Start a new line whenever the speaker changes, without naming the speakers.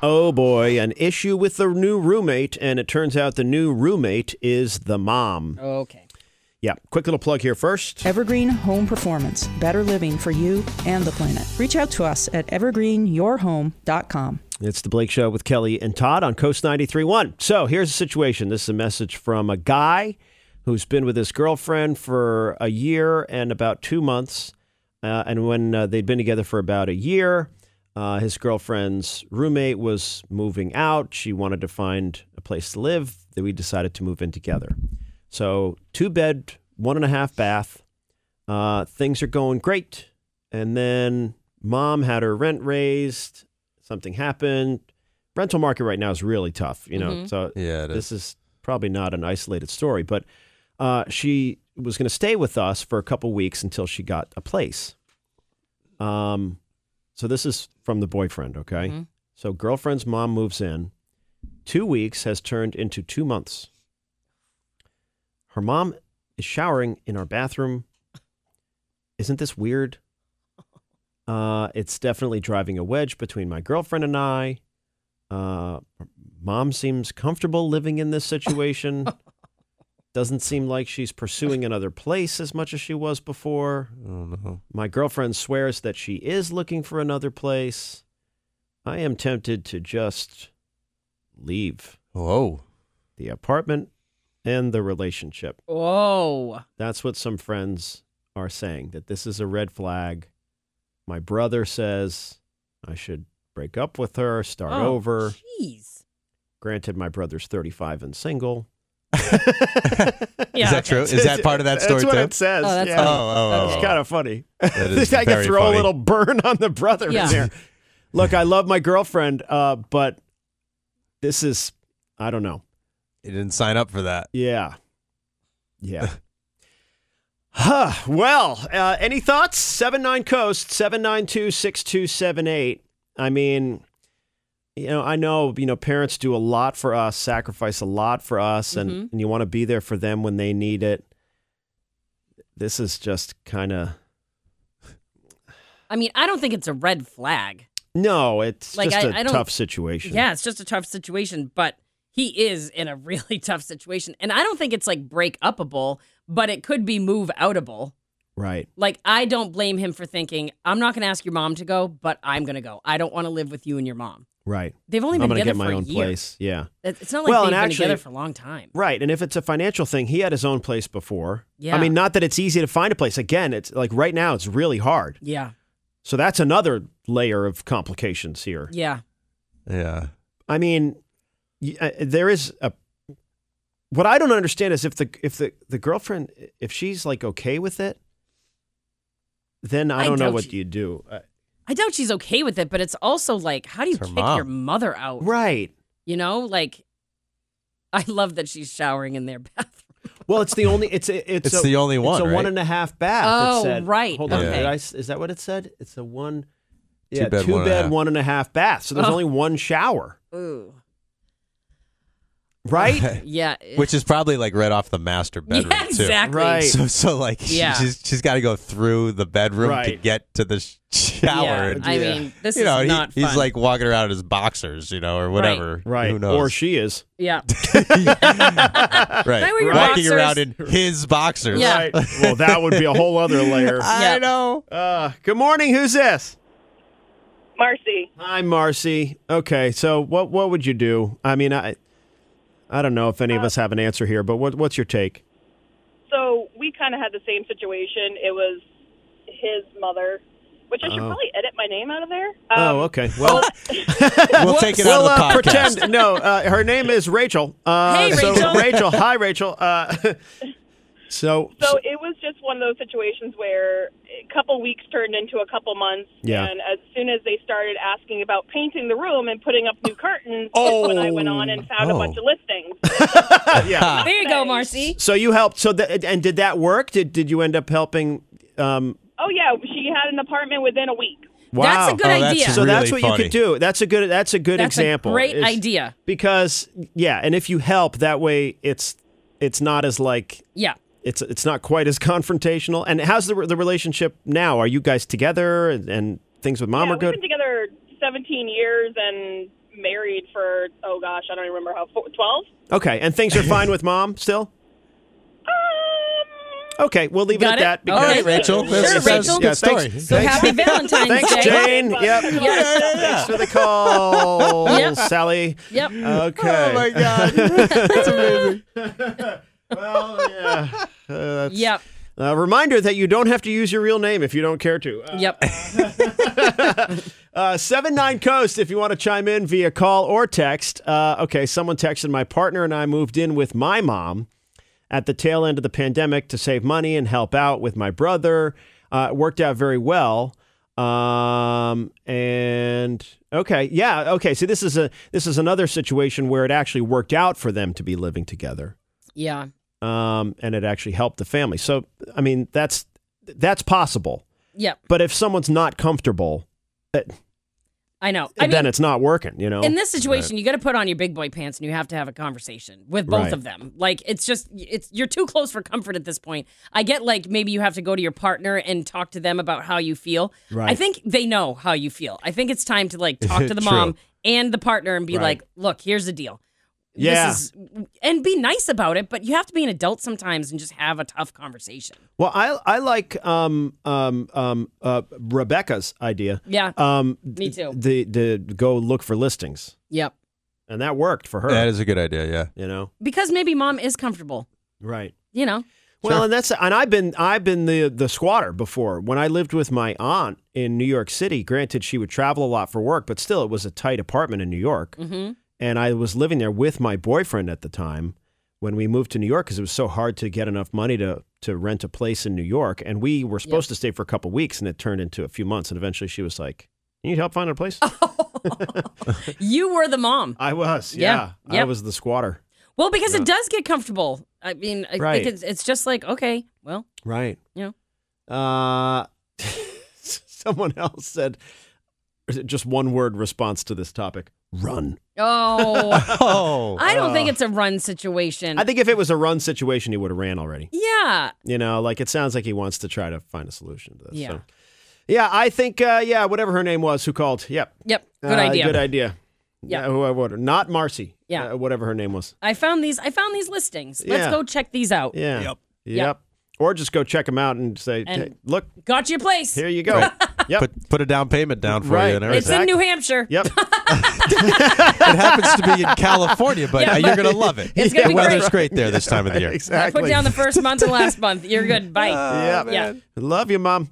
Oh boy, an issue with the new roommate, and it turns out the new roommate is the mom.
Okay.
Yeah, quick little plug here first.
Evergreen Home Performance, better living for you and the planet. Reach out to us at evergreenyourhome.com.
It's the Blake Show with Kelly and Todd on Coast 93.1. So here's the situation. This is a message from a guy who's been with his girlfriend for a year and about two months. Uh, and when uh, they'd been together for about a year, uh, his girlfriend's roommate was moving out. She wanted to find a place to live. Then we decided to move in together. So two bed, one and a half bath. Uh, things are going great. And then mom had her rent raised. Something happened. Rental market right now is really tough, you know. So
Yeah, it
this is probably not an isolated story, but uh, she was going to stay with us for a couple weeks until she got a place. Um, so this is from the boyfriend, okay? So girlfriend's mom moves in. Two weeks has turned into two months. Her mom is showering in our bathroom. Isn't this weird? Uh, it's definitely driving a wedge between my girlfriend and I. Uh, mom seems comfortable living in this situation. Doesn't seem like she's pursuing another place as much as she was before.
Oh no.
My girlfriend swears that she is looking for another place. I am tempted to just leave
Whoa.
the apartment and the relationship.
Whoa.
That's what some friends are saying that this is a red flag. My brother says I should break up with her, start
Oh,
over.
Jeez.
Granted, my brother's 35 and single.
Yeah.
is that true? Oh, Is that part of that story
That's what
too?
it says.
Oh, that's
yeah.
oh, oh, oh,
It's
oh.
kind of funny.
That is
I can
very
throw
funny.
a little burn on the brother
Yeah.
in there. Look, I love my girlfriend, uh, but this is, I don't know.
You didn't sign up for that.
Yeah. Yeah. huh. Well, uh, any thoughts? 79 Coast, 792 6278. I mean, you know, I know, you know, parents do a lot for us, sacrifice a lot for us, and,
Mm-hmm.
and you want to be there for them when they need it. This is just kind of.
I mean, I don't think it's a red flag.
No, it's
Like,
just a
I- I don't-
tough situation.
Yeah, it's just a tough situation, but he is in a really tough situation. And I don't think it's like break upable, but it could be move outable.
Right.
Like, I don't blame him for thinking, I'm not going to ask your mom to go, but I'm going to go. I don't want to live with you and your mom.
Right.
They've only
I'm
been
gonna
together
get my
for
own
a year.
place. Yeah.
It- It's not like
Well, and
they've been
actually-
together for a long time.
Right. And if it's a financial thing, he had his own place before. I
Yeah.
mean, not that it's easy to find a place. Again, it's like right now it's really hard.
Yeah.
So that's another layer of complications here.
Yeah.
Yeah.
I mean, y- uh, there is a what I don't understand is if the if the the girlfriend if she's like okay with it, then I
I
don't know
doubt
what
she-
you do. Uh,
I doubt she's okay with it, but it's also like, how do you
It's her
kick
mom.
your mother out?
right.
You know, like, I love that she's showering in their bathroom.
Well, it's the only. It's a, it's,
It's
a-
the only
It's
one,
a
right?
one and a half bath. it
Oh,
said.
right.
Hold on.
Okay.
Did I s is that what it said? It's a one. Yeah,
bed,
two
one and a
bed,
half.
one and a half bath. So there's
Oh.
only one shower,
Ooh.
right?
Yeah.
Which is probably like right off the master bedroom
yeah,
too.
exactly.
Right.
So so like she-
Yeah.
she's she's got to go through the bedroom to
Right.
get to the sh- shower.
Yeah,
and-
I
Yeah.
mean, this
you
is
know, he-
not fun.
he's like walking around in his boxers, you know, or whatever.
right.
Who knows?
Or she is.
yeah,
right.
I wear your
Walking
boxers.
around in his boxers.
Yeah.
Right. well, that would be a whole other layer.
I
Yeah.
know.
Uh, good morning. Who's this?
Marcy.
Hi, Marcy. Okay, so what what would you do? I mean, I I don't know if
Uh,
any of us have an answer here, but what what's your take?
So we kind of had the same situation. It was his mother, which I should
Oh.
probably edit my name out of there. Um,
oh, okay. Well,
We'll take it out
We'll,
of the
uh,
podcast. Oh,
pretend. No, uh, her name is Rachel. Uh,
Hey,
So,
Rachel.
Rachel. Hi, Rachel. Uh, so,
So it was just one of those situations where a couple weeks turned into a couple months.
Yeah.
And as soon as they started asking about painting the room and putting up new curtains,
Oh.
that's when I went on and found
Oh.
a bunch of listings.
yeah.
there you go, Marcy.
So you helped. So that and did that work? Did did you end up helping? Um,
oh, yeah. She had an apartment within a week.
wow.
That's a good
Oh, that's
idea.
so that's what
Really
you
funny.
could do. That's a good. That's a good
That's a
example.
great
is-
idea.
Because yeah, and if you help that way, it's it's not as like
yeah,
it's it's not quite as confrontational. And how's the the relationship now? Are you guys together and, and things with mom
yeah,
are
we've
good?
been together 17 years and married married for oh gosh, I don't even remember how four- twelve.
Okay, and things are fine with mom still.
Um,
Okay, we'll leave
Got
it at
it?
that.
All right,
Okay.
Rachel.
Sure,
That's- that's
Rachel.
a
Yeah,
good story.
thanks.
So happy Valentine's
Thanks,
Day.
Jane. Yep.
Yeah, yeah,
Thanks
yeah.
for the call,
Yep.
Sally.
Yep.
Okay.
Oh my god, that's amazing.
well, Oh, yeah. Uh, that's-
Yep.
Uh, reminder that you don't have to use your real name if you don't care to. Uh,
Yep.
Uh, 7 9 Coast, if you want to chime in via call or text. Uh, okay, someone texted my partner and I moved in with my mom at the tail end of the pandemic to save money and help out with my brother. Uh, it worked out very well. Um, and okay, yeah, okay. So this is a this is another situation where it actually worked out for them to be living together
Yeah.
um, and it actually helped the family. So, I mean, that's that's possible.
Yep.
But if someone's not comfortable, uh,
I know. I
then
mean,
it's not working. You know.
in this situation, you got to put on your big boy pants and you have to have a conversation with both
Right.
of them. Like it's just it's you're too close for comfort at this point. I get like maybe you have to go to your partner and talk to them about how you feel. I
Right.
think they know how you feel. I think it's time to like talk to the
True.
mom and the partner and be
Right.
like, "Look, here's the deal."
Yeah.
This is, and be nice about it, but you have to be an adult sometimes and just have a tough conversation.
well, I I like um um um uh, Rebecca's idea.
Yeah.
Um,
Me too.
The the go look for listings,
Yep.
and that worked for her.
That is a good idea. Yeah.
you know.
Because maybe mom is comfortable,
Right.
you know.
Well, and that's and I've been I've been the the squatter before. When I lived with my aunt in New York City, granted she would travel a lot for work, but still it was a tight apartment in New York.
Mhm.
And I was living there with my boyfriend at the time when we moved to New York because it was so hard to get enough money to to rent a place in New York. And we were supposed to stay for a couple weeks, and it turned into a few months. And eventually, she was like, "You need help finding a place?"
Oh. You were the mom.
I was,
Yeah.
yeah, I
Yep.
was the squatter.
Well, because it does get comfortable. I mean, I
Right.
think it's, it's just like, okay, well,
Right.
Yeah.
Uh, someone else said just one word response to this topic run.
oh,
Oh,
I don't think it's a run situation.
I think if it was a run situation, he would have ran already.
yeah.
You know, like it sounds like he wants to try to find a solution to this.
Yeah.
So. Yeah, I think, uh, yeah, whatever her name was who called. Yep.
Yep. Good
Uh,
idea.
Good idea.
Yeah.
whoever, not Marcy.
Yeah.
Uh, whatever her name was.
I found these. I found these listings. Let's
Yeah.
go check these out.
Yeah.
Yep.
Yep.
Yep.
Or just go check them out and say,
And-
"Hey, look,
Got your place.
here you go. Yep.
put put a down payment down for
Right.
you. And
it's
Exactly.
everything.
in New Hampshire.
yep.
it happens to be in California, but
Yeah,
uh,
but-
you're gonna love it.
It's gonna
the
be
weather's
great.
great there this time of the year.
exactly. Uh,
Put down the first month and last month. You're good. Bye.
yeah,
Yeah.
Love you, mom.